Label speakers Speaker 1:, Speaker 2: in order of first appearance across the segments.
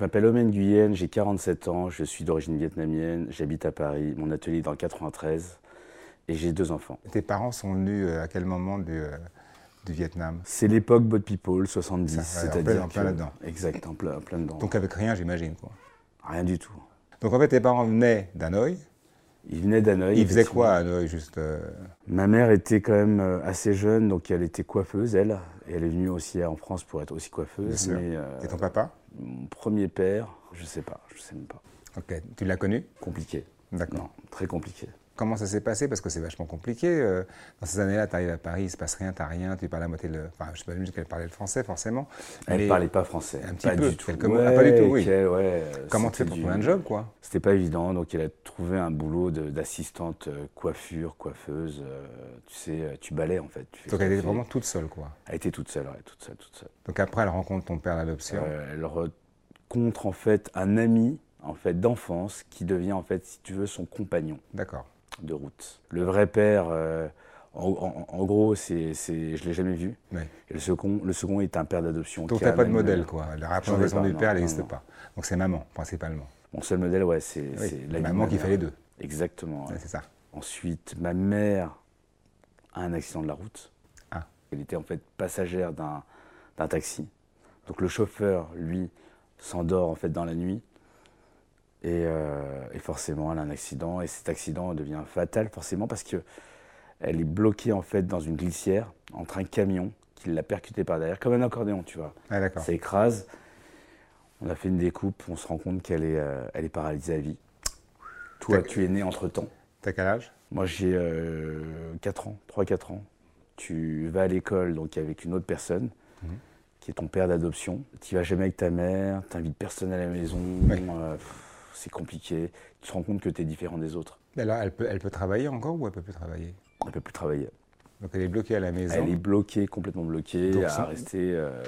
Speaker 1: m'appelle Omen Guyenne, j'ai 47 ans, je suis d'origine vietnamienne, j'habite à Paris, mon atelier est dans le 93 et j'ai deux enfants.
Speaker 2: Tes parents sont venus euh, à quel moment du, euh, du Vietnam
Speaker 1: C'est l'époque Bot People, 70,
Speaker 2: Ça, ouais, en
Speaker 1: c'est-à-dire
Speaker 2: plein- en plein
Speaker 1: que-
Speaker 2: là-dedans.
Speaker 1: Exact, en plein, en plein dedans.
Speaker 2: Donc avec rien, j'imagine. quoi.
Speaker 1: Rien du tout.
Speaker 2: Donc en fait, tes parents venaient d'Hanoï.
Speaker 1: Il venait d'Hanoï.
Speaker 2: Ils faisaient
Speaker 1: effectivement.
Speaker 2: quoi à Hanoï juste euh,
Speaker 1: Ma mère était quand même euh, assez jeune, donc elle était coiffeuse, elle. Et elle est venue aussi en France pour être aussi
Speaker 2: bien
Speaker 1: coiffeuse.
Speaker 2: sûr.
Speaker 1: Mais euh,
Speaker 2: Et ton papa
Speaker 1: mon premier père, je sais pas, je sais même pas.
Speaker 2: Ok. Tu l'as connu
Speaker 1: Compliqué.
Speaker 2: D'accord.
Speaker 1: Non, très compliqué.
Speaker 2: Comment ça s'est passé Parce que c'est vachement compliqué. euh, Dans ces années-là, tu arrives à Paris, il se passe rien, tu rien, tu parles la moitié le. Enfin, je sais pas même qu'elle parlait le français, forcément.
Speaker 1: Elle
Speaker 2: mais
Speaker 1: parlait pas français.
Speaker 2: un petit
Speaker 1: pas
Speaker 2: peu,
Speaker 1: du tout.
Speaker 2: quelques mots. Ah, pas du tout, oui.
Speaker 1: quel- ouais, euh,
Speaker 2: Comment tu fais
Speaker 1: c'était
Speaker 2: pour
Speaker 1: du-
Speaker 2: trouver un job, quoi
Speaker 1: C'était pas évident, donc elle a trouvé un boulot de- d'assistante euh, coiffure, coiffeuse. euh, tu sais, euh, tu balais en fait. tu fais
Speaker 2: Donc elle
Speaker 1: coiffer.
Speaker 2: était vraiment toute seule, quoi.
Speaker 1: Elle était toute seule, ouais, toute seule, toute seule.
Speaker 2: Donc après, elle rencontre ton père à l'adoption.
Speaker 1: Euh, elle rencontre en fait un ami en fait d'enfance qui devient en fait, si tu veux, son compagnon
Speaker 2: D'accord.
Speaker 1: de route. Le vrai père, euh, en, en- en gros, c'est, c'est, je l'ai jamais vu.
Speaker 2: Ouais.
Speaker 1: Et le second, le second est un père d'adoption.
Speaker 2: Donc
Speaker 1: qui
Speaker 2: t'as
Speaker 1: a
Speaker 2: pas de
Speaker 1: même-
Speaker 2: modèle, quoi. La représentation
Speaker 1: pas,
Speaker 2: du
Speaker 1: non,
Speaker 2: père, elle
Speaker 1: non,
Speaker 2: n'existe
Speaker 1: non.
Speaker 2: pas. Donc c'est maman, principalement.
Speaker 1: Mon seul modèle, ouais, c'est,
Speaker 2: Oui, Bah,
Speaker 1: c'est la vie de
Speaker 2: maman
Speaker 1: ma
Speaker 2: qui
Speaker 1: mère.
Speaker 2: fait les deux.
Speaker 1: Exactement. ouais.
Speaker 2: Ouais, C'est ça.
Speaker 1: Ensuite, ma mère a un accident de la route.
Speaker 2: Ah.
Speaker 1: Elle était en fait passagère d'un d'un taxi. Donc le chauffeur, lui, s'endort en fait dans la nuit. Et, euh, et forcément, elle a un accident. Et cet accident devient fatal forcément parce que elle est bloquée en fait dans une glissière entre un camion qui l'a percutée par derrière, comme un accordéon, tu vois.
Speaker 2: Ah, d'accord.
Speaker 1: Ça écrase. On a fait une découpe. On se rend compte qu'elle est, euh, elle est paralysée à vie. Toi,
Speaker 2: Tac.
Speaker 1: tu es né entre temps.
Speaker 2: T'as quel âge
Speaker 1: Moi, j'ai 4 ans, 3-4 ans. Tu vas à l'école donc avec une autre personne,
Speaker 2: Mhm.
Speaker 1: qui est ton père d'adoption. Tu vas jamais avec ta mère, t'invites personne à la maison,
Speaker 2: Ouais.
Speaker 1: euh, pff, c'est compliqué. Tu te rends compte que tu es différent des autres.
Speaker 2: Mais là, elle peut, elle peut travailler encore ou elle peut plus travailler
Speaker 1: Elle peut plus travailler.
Speaker 2: Donc elle est bloquée à la maison.
Speaker 1: Elle est bloquée, complètement bloquée,
Speaker 2: Donc
Speaker 1: à
Speaker 2: ça-
Speaker 1: rester euh,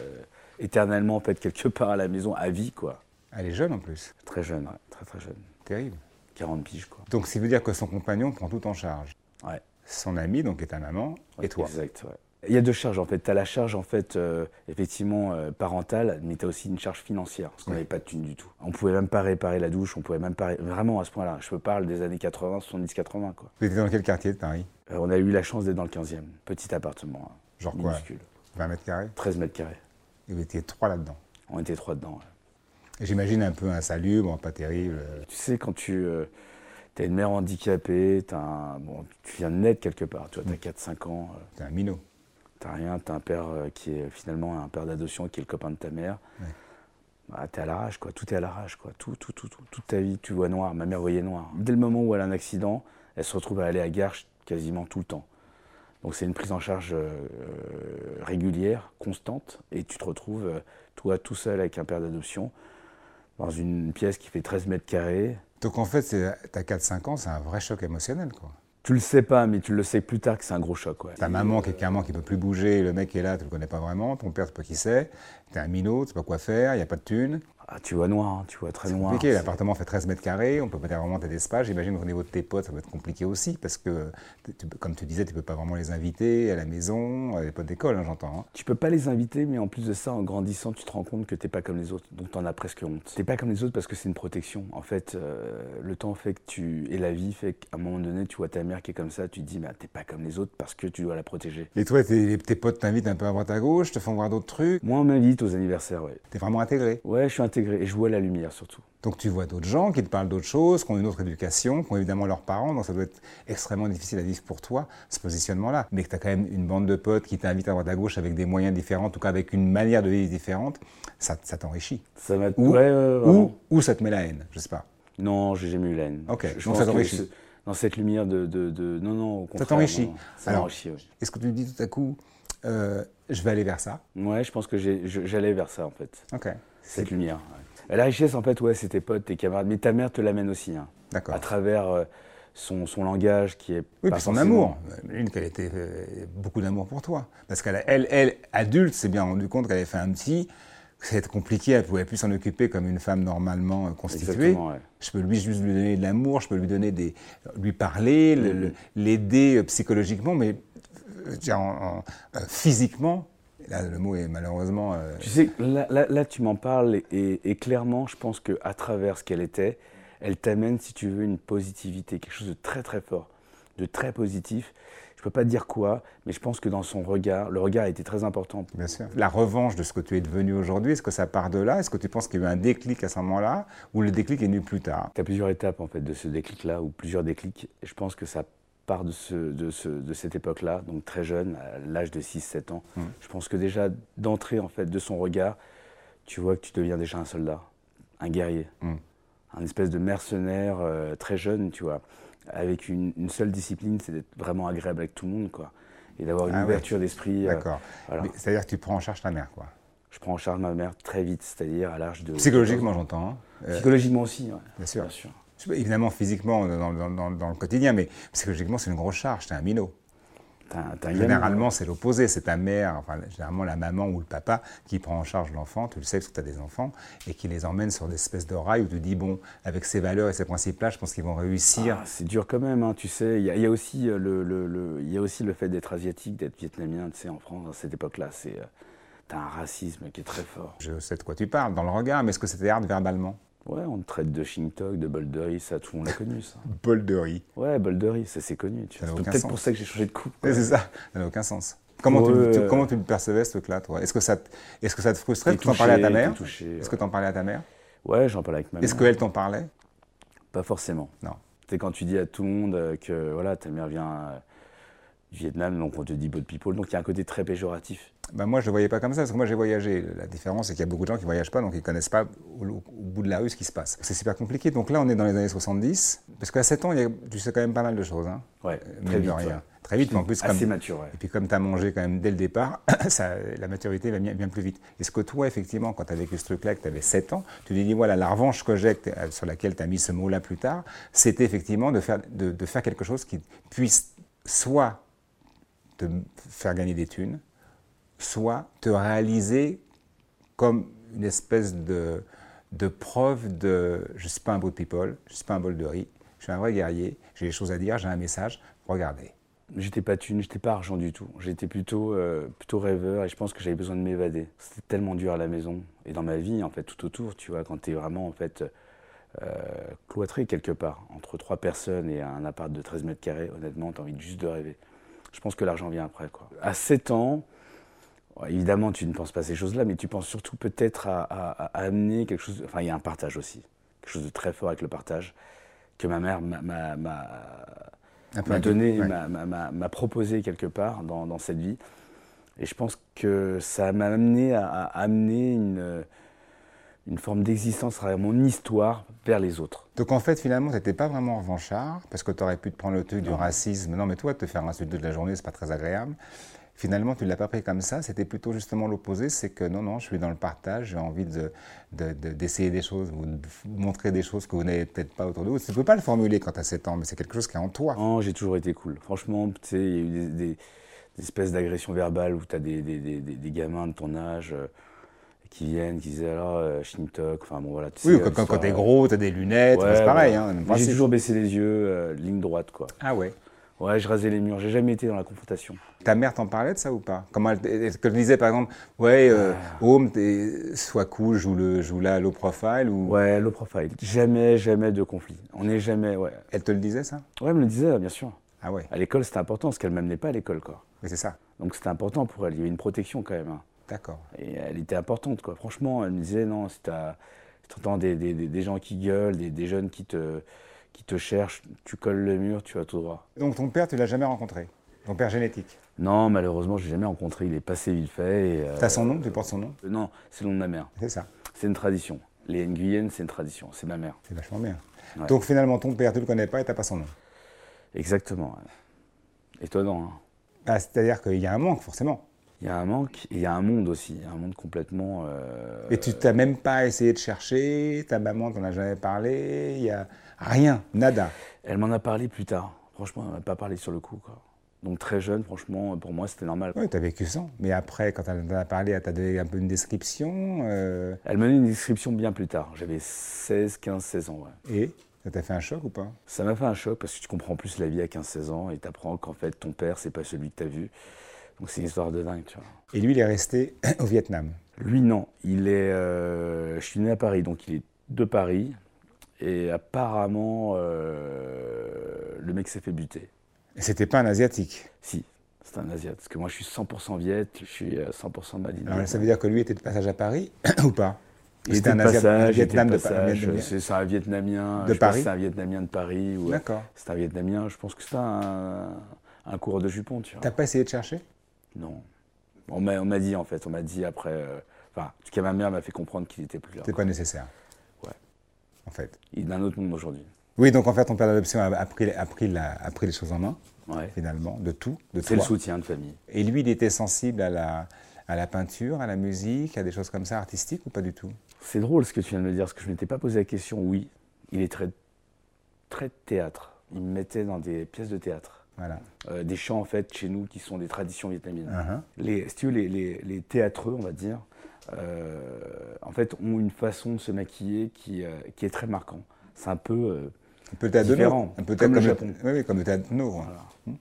Speaker 1: éternellement en fait quelque part à la maison à vie quoi.
Speaker 2: Elle est jeune en plus.
Speaker 1: Très jeune, ouais, très très jeune,
Speaker 2: Terrible.
Speaker 1: 40 piges quoi.
Speaker 2: Donc ça veut dire que son compagnon prend tout en charge.
Speaker 1: Ouais.
Speaker 2: Son ami, donc, est ta maman,
Speaker 1: Ouais,
Speaker 2: et toi.
Speaker 1: Exact, ouais. Il y a deux charges en fait. Tu as la charge en fait, euh, effectivement, euh, parentale, mais tu as aussi une charge financière, parce qu'on
Speaker 2: Oui.
Speaker 1: n'avait pas de thune du tout. On pouvait même pas réparer la douche, on pouvait même pas. ré- Vraiment à ce point-là, je te parle des années 80, 70, 80 quoi.
Speaker 2: Vous étiez dans quel quartier de Paris
Speaker 1: Euh, on a eu la chance d'être dans le 15e, petit appartement, hein,
Speaker 2: Genre quoi
Speaker 1: minuscule,
Speaker 2: 20 mètres carrés
Speaker 1: 13 mètres carrés.
Speaker 2: Et vous étiez trois là-dedans.
Speaker 1: On était trois dedans. ouais.
Speaker 2: Et J'imagine un peu insalubre, pas terrible. euh,
Speaker 1: Tu sais, quand tu as une mère handicapée, t'as un- bon, tu viens de naître quelque part, tu vois, tu as 4-5 ans, euh,
Speaker 2: T'es un minot.
Speaker 1: T'as rien, t'as un père euh, qui est finalement un père d'adoption, qui est le copain de ta mère.
Speaker 2: Ouais.
Speaker 1: Bah, t'es à l'arrache, quoi. Tout est à l'arrache, quoi. Tout, tout, tout, tout. Toute ta vie, tu vois noir. Ma mère voyait noir. Dès le moment où elle a un accident, elle se retrouve à aller à Garches quasiment tout le temps. Donc c'est une prise en charge euh, euh, régulière, constante, et tu te retrouves, euh, toi, tout seul avec un père d'adoption, dans une pièce qui fait 13 mètres carrés.
Speaker 2: Donc en fait, c'est- t'as 4-5 ans, c'est un vrai choc émotionnel, quoi.
Speaker 1: Tu le sais pas, mais tu le sais plus tard que c'est un gros choc, ouais.
Speaker 2: Ta maman qui est carrément qui peut plus bouger, le mec qui est là, tu le connais pas vraiment, ton père, tu sais pas qui c'est, t'es un minot, tu sais pas quoi faire, il n'y a pas de thune.
Speaker 1: Ah, tu vois noir, hein, tu vois très
Speaker 2: C'est
Speaker 1: noir.
Speaker 2: compliqué, l'appartement fait 13 mètres carrés, on peut pas vraiment t'aider d'espace, j'imagine qu'au niveau de tes potes, ça va être compliqué aussi, parce que, tu- tu- comme tu disais, tu peux pas vraiment les inviter à la maison, euh, les potes d'école, hein, j'entends. hein.
Speaker 1: Tu peux pas les inviter, mais en plus de ça, en grandissant, tu te rends compte que t'es pas comme les autres, donc t'en as presque honte. T'es pas comme les autres parce que c'est une protection. En fait, euh, le temps fait que tu et la vie fait qu'à un moment donné, tu vois ta mère qui est comme ça, tu te dis, mais t'es pas comme les autres parce que tu dois la protéger.
Speaker 2: Et toi, tes, tes potes t'invitent un peu à droite à gauche, te font voir d'autres trucs,
Speaker 1: Moi, on m'invite aux anniversaires, ouais.
Speaker 2: t'es vraiment intégré.
Speaker 1: Ouais, je suis intégré et je vois la lumière surtout.
Speaker 2: Donc tu vois d'autres gens qui te parlent d'autres choses, qui ont une autre éducation, qui ont évidemment leurs parents, donc ça doit être extrêmement difficile à vivre pour toi, ce positionnement-là. Mais que tu as quand même une bande de potes qui t'invitent à droite à gauche avec des moyens différents, en tout cas avec une manière de vivre différente, ça, ça t'enrichit.
Speaker 1: Ça m'a.
Speaker 2: Ou-
Speaker 1: Ouais, ouais, ouais,
Speaker 2: Ou,
Speaker 1: vraiment.
Speaker 2: ou ça te met la haine, je sais pas.
Speaker 1: Non, j'ai jamais eu la haine.
Speaker 2: Ok,
Speaker 1: Je, je
Speaker 2: donc
Speaker 1: pense
Speaker 2: ça
Speaker 1: que
Speaker 2: t'enrichit.
Speaker 1: ce- Dans cette lumière de, de, de- non, non, au contraire.
Speaker 2: t'enrichit.
Speaker 1: non, non. Ça
Speaker 2: Alors-
Speaker 1: m'enrichit, ouais.
Speaker 2: Est-ce que tu te dis tout à coup, euh, je vais aller vers ça
Speaker 1: Ouais, je pense que j'ai- je- j'allais vers ça en fait.
Speaker 2: Ok.
Speaker 1: Cette lumière. ouais. La richesse, en fait, ouais, c'est tes potes, tes camarades, mais ta mère te l'amène aussi, hein,
Speaker 2: D'accord.
Speaker 1: à travers euh, son, son langage qui est.
Speaker 2: Oui,
Speaker 1: pas
Speaker 2: puis son
Speaker 1: forcément-
Speaker 2: amour. Une qu'elle était euh, beaucoup d'amour pour toi. Parce qu'elle, a- elle, elle, adulte, s'est bien rendu compte qu'elle avait fait un petit. que Ça allait être compliqué, elle pouvait plus s'en occuper comme une femme normalement euh, constituée.
Speaker 1: Exactement, ouais.
Speaker 2: Je peux lui juste lui donner de l'amour, je peux lui donner des, lui parler, le- le- l'aider euh, psychologiquement, mais euh, je veux dire, en- en- euh, physiquement, Là, le mot est malheureusement. euh,
Speaker 1: Tu sais, là, là- là, tu m'en parles et, et- et clairement, je pense que à travers ce qu'elle était, elle t'amène, si tu veux, une positivité, quelque chose de très très fort, de très positif. Je peux pas te dire quoi, mais je pense que dans son regard, le regard était très important.
Speaker 2: Bien sûr. La revanche de ce que tu es devenu aujourd'hui, est-ce que ça part de là Est-ce que tu penses qu'il y a eu un déclic à ce moment-là ou le déclic est venu plus tard
Speaker 1: Tu as plusieurs étapes en fait de ce déclic-là ou plusieurs déclics. Et je pense que ça part de, ce, de, ce- de cette époque-là, donc très jeune, à l'âge de 6-7 ans.
Speaker 2: Mhm.
Speaker 1: Je pense que déjà d'entrée en fait de son regard, tu vois que tu deviens déjà un soldat, un guerrier,
Speaker 2: Mhm.
Speaker 1: un espèce de mercenaire euh, très jeune, tu vois, avec une, une seule discipline, c'est d'être vraiment agréable avec tout le monde, quoi, et d'avoir une
Speaker 2: Ah ouais.
Speaker 1: ouverture d'esprit. euh,
Speaker 2: D'accord.
Speaker 1: voilà.
Speaker 2: Mais C'est-à-dire que tu prends en charge ta mère, quoi.
Speaker 1: Je prends en charge ma mère très vite, c'est-à-dire à l'âge de
Speaker 2: Psychologiquement, j'entends. hein. Euh,
Speaker 1: psychologiquement aussi, ouais,
Speaker 2: bien sûr.
Speaker 1: bien sûr.
Speaker 2: Je sais pas, Évidemment, physiquement, euh, dans, dans- dans- dans le quotidien, mais psychologiquement, c'est une grosse charge. T'es un minot.
Speaker 1: T'as un- t'as un gamin,
Speaker 2: Généralement, c'est l'opposé. C'est ta mère, enfin, généralement la maman ou le papa qui prend en charge l'enfant, tu le sais parce que tu as des enfants, et qui les emmène sur des espèces de rails où tu dis, bon, avec ces valeurs et ces principes-là, je pense qu'ils vont réussir.
Speaker 1: Ah, c'est dur quand même, hein, tu sais. Il y, a- il y a aussi euh, le, le- le- il y a aussi le fait d'être asiatique, d'être vietnamien, tu sais, en France, à cette époque-là, c'est. euh, T'as un racisme qui est très fort.
Speaker 2: Je sais de quoi tu parles dans le regard, mais est-ce que c'était hard verbalement
Speaker 1: Ouais, on te traite de Shintok, de Boldery, ça, tout le monde l'a connu, ça.
Speaker 2: Bol de riz.
Speaker 1: Ouais, Boldery, ça c'est connu, tu
Speaker 2: Ça
Speaker 1: vois.
Speaker 2: n'a
Speaker 1: C'est
Speaker 2: aucun
Speaker 1: peut-être
Speaker 2: sens.
Speaker 1: pour ça que j'ai changé de coupe. quoi.
Speaker 2: Ouais, C'est ça, ça n'a aucun sens. Comment,
Speaker 1: Pour
Speaker 2: tu,
Speaker 1: eux,
Speaker 2: tu-
Speaker 1: euh,
Speaker 2: comment tu le percevais ce truc-là, toi Est-ce que, ça te- est-ce que ça te frustrait
Speaker 1: T'es
Speaker 2: Est-ce que t'en parlais à ta
Speaker 1: touché,
Speaker 2: mère
Speaker 1: t'es touché,
Speaker 2: Est-ce que t'en parlais à ta mère
Speaker 1: Ouais, j'en parle avec ma mère.
Speaker 2: Est-ce qu'elle t'en parlait
Speaker 1: Pas forcément.
Speaker 2: Non.
Speaker 1: C'est quand tu dis à tout le monde euh, que voilà, ta mère vient euh, du Vietnam, donc on te dit Bot People, donc il y a un côté très péjoratif.
Speaker 2: Bah, moi, je ne le voyais pas comme ça, parce que moi, j'ai voyagé. La différence, c'est qu'il y a beaucoup de gens qui ne voyagent pas, donc ils ne connaissent pas au, au bout de la rue ce qui se passe. C'est super compliqué. Donc là, on est dans les années 70, parce qu'à 7 ans, il y a- tu sais quand même pas mal de choses. Hein,
Speaker 1: Ouais,
Speaker 2: mine
Speaker 1: très
Speaker 2: de
Speaker 1: vite.
Speaker 2: rien.
Speaker 1: ouais.
Speaker 2: Très vite, mais en plus, comme,
Speaker 1: Assez mature, ouais.
Speaker 2: Et puis comme tu as mangé quand même dès le départ, ça, la maturité va bien, bien plus vite. Est-ce que toi, effectivement, quand tu as vécu ce truc-là, que tu avais 7 ans, tu t'es dit, voilà, la revanche que j'ai, que t'as- sur laquelle tu as mis ce mot-là plus tard, c'était effectivement de faire, de, de faire quelque chose qui puisse soit te faire gagner des thunes, soit te réaliser comme une espèce de, de preuve de je ne suis pas un beau people, je ne suis pas un bol de riz, je suis un vrai guerrier, j'ai des choses à dire, j'ai un message, regardez.
Speaker 1: J'étais pas thune, j'étais pas argent du tout. J'étais plutôt, euh, plutôt rêveur et je pense que j'avais besoin de m'évader. C'était tellement dur à la maison et dans ma vie, en fait, tout autour, tu vois, quand t'es vraiment, en fait, euh, cloîtré quelque part, entre trois personnes et un appart de 13 mètres carrés, honnêtement, t'as envie juste de rêver. Je pense que l'argent vient après, quoi. À 7 ans, ouais, évidemment, tu ne penses pas à ces choses-là, mais tu penses surtout peut-être à, à- à amener quelque chose. Enfin, il y a un partage aussi. Quelque chose de très fort avec le partage que ma mère m'a- m'a- m'a
Speaker 2: Un peu
Speaker 1: m'a
Speaker 2: inquiet.
Speaker 1: donné,
Speaker 2: Ouais.
Speaker 1: m'a- m'a- m'a m'a proposé quelque part dans, dans cette vie. Et je pense que ça m'a amené à, à amener une, une forme d'existence à travers mon histoire vers les autres.
Speaker 2: Donc en fait, finalement, tu n'étais pas vraiment revanchard, parce que tu aurais pu te prendre le truc du racisme. Non, mais toi, te faire insulter de la journée, c'est pas très agréable. Finalement, tu ne l'as pas pris comme ça. C'était plutôt justement l'opposé. C'est que non, non, je suis dans le partage, j'ai envie de- de- de- d'essayer des choses, ou de f- montrer des choses que vous n'avez peut-être pas autour de vous. Tu ne peux pas le formuler quand tu as 7 ans, mais c'est quelque chose qui est en toi.
Speaker 1: Non, j'ai toujours été cool. Franchement, tu sais, il y a eu des, des- des espèces d'agressions verbales où tu as des, des- des- des- des gamins de ton âge euh, qui viennent, qui disaient alors, euh, Shintok, enfin bon voilà. tu
Speaker 2: Oui,
Speaker 1: sais,
Speaker 2: quand, quand,
Speaker 1: l'histoire,
Speaker 2: tu es
Speaker 1: euh,
Speaker 2: gros, tu as des lunettes,
Speaker 1: ouais,
Speaker 2: c'est pareil.
Speaker 1: voilà.
Speaker 2: hein, même
Speaker 1: Mais J'ai
Speaker 2: principe.
Speaker 1: toujours baissé les yeux, euh, ligne droite quoi.
Speaker 2: Ah ouais.
Speaker 1: Ouais, je rasais les murs, j'ai jamais été dans la confrontation.
Speaker 2: Ta mère t'en parlait de ça ou pas Comment elle, est-ce qu'elle disait par exemple, ouais, euh,
Speaker 1: Ah.
Speaker 2: Home, t'es- sois cool, joue, le, joue la low profile ou
Speaker 1: Ouais, low profile. Jamais, jamais de conflit. On n'est jamais, ouais.
Speaker 2: Elle te le disait ça
Speaker 1: Ouais, elle me le disait, bien sûr.
Speaker 2: Ah ouais,
Speaker 1: À l'école, c'était important, parce qu'elle ne m'amenait pas à l'école, quoi.
Speaker 2: mais c'est ça.
Speaker 1: Donc c'était important pour elle. Il y avait une protection, quand même. hein.
Speaker 2: D'accord.
Speaker 1: Et elle était importante, quoi. Franchement, elle me disait, non, si t'as- si t'entends des, des, des- des gens qui gueulent, des, des jeunes qui te, qui te cherchent, tu colles le mur, tu vas tout droit.
Speaker 2: Donc ton père, tu l'as jamais rencontré Ton père génétique
Speaker 1: Non, malheureusement, je l'ai jamais rencontré. Il est passé vite fait. et, euh,
Speaker 2: T'as son nom Tu portes son nom
Speaker 1: euh, Non, c'est le nom de ma mère.
Speaker 2: C'est ça.
Speaker 1: C'est une tradition. Les Nguyen, c'est une tradition. C'est ma mère.
Speaker 2: C'est vachement bien.
Speaker 1: Ouais.
Speaker 2: Donc finalement, ton père, tu le connais pas et t'as pas son nom.
Speaker 1: Exactement. ouais. Étonnant, hein.
Speaker 2: Ah, C'est-à-dire qu'il y a un manque, forcément.
Speaker 1: Il y a un manque, et il y a un monde aussi, un monde complètement. euh,
Speaker 2: Et tu t'as même pas essayé de chercher, ta maman t'en a jamais parlé, il y a rien, nada.
Speaker 1: Elle m'en a parlé plus tard. Franchement, elle m'a pas parlé sur le coup. Quoi. Donc très jeune, franchement, pour moi, c'était normal.
Speaker 2: Oui, t'as vécu sans. Mais après, quand elle t'en a parlé, elle t'a donné un peu une description. euh,
Speaker 1: Elle m'a donné une description bien plus tard. J'avais 16, 15, 16 ans. ouais.
Speaker 2: et ça t'a fait un choc ou pas
Speaker 1: Ça m'a fait un choc parce que tu comprends plus la vie à 15, 16 ans et t'apprends qu'en fait, ton père, c'est pas celui que t'as vu. Donc c'est une histoire de dingue, tu vois.
Speaker 2: Et lui, il est resté au Vietnam.
Speaker 1: Lui, non. Il est, euh, je suis né à Paris, donc il est de Paris. Et apparemment, euh, le mec s'est fait buter.
Speaker 2: Et c'était pas un Asiatique.
Speaker 1: Si, c'est un Asiate. Parce que moi, je suis 100% Viet, je suis euh, 100% Madine.
Speaker 2: Alors Ah ça veut dire que lui était de passage à Paris ou pas Ou
Speaker 1: Il était de passage, il était de
Speaker 2: Pa-
Speaker 1: passage. euh,
Speaker 2: Vietnam-
Speaker 1: C'est c'est un Vietnamien.
Speaker 2: De
Speaker 1: je pense
Speaker 2: Paris
Speaker 1: que C'est un Vietnamien de Paris. ou, euh,
Speaker 2: D'accord.
Speaker 1: C'est un Vietnamien. Je pense que c'est un, un coureur de jupons, tu vois.
Speaker 2: T'as pas essayé de chercher
Speaker 1: Non. On m'a on m'a dit, en fait. On m'a dit après... euh, Enfin, en tout cas, ma mère m'a fait comprendre qu'il n'était plus là.
Speaker 2: C'était pas nécessaire.
Speaker 1: Ouais.
Speaker 2: En fait.
Speaker 1: Il est d'un autre monde aujourd'hui.
Speaker 2: Oui, donc en fait, ton père d'adoption a, a pris, a pris la- a pris les choses en main,
Speaker 1: Ouais.
Speaker 2: finalement, de tout, de
Speaker 1: C'est le
Speaker 2: toi.
Speaker 1: soutien de famille.
Speaker 2: Et lui, il était sensible à la, à la peinture, à la musique, à des choses comme ça, artistiques ou pas du tout
Speaker 1: C'est drôle ce que tu viens de me dire, parce que je ne m'étais pas posé la question. Oui, il est très, très théâtre. Il me mettait dans des pièces de théâtre.
Speaker 2: Voilà.
Speaker 1: Euh, des chants, en fait, chez nous, qui sont des traditions vietnamiennes.
Speaker 2: Uhum.
Speaker 1: Les, si tu veux, les, les- les théâtreux, on va dire, euh, en fait, ont une façon de se maquiller qui, euh, qui est très marquant. C'est un peu... euh,
Speaker 2: Un peu théâtre de
Speaker 1: Différent,
Speaker 2: Nour, un peu
Speaker 1: comme
Speaker 2: théâtre
Speaker 1: le Japon.
Speaker 2: Oui, oui, comme le théâtre de Nour.
Speaker 1: voilà.
Speaker 2: hein. Hmm.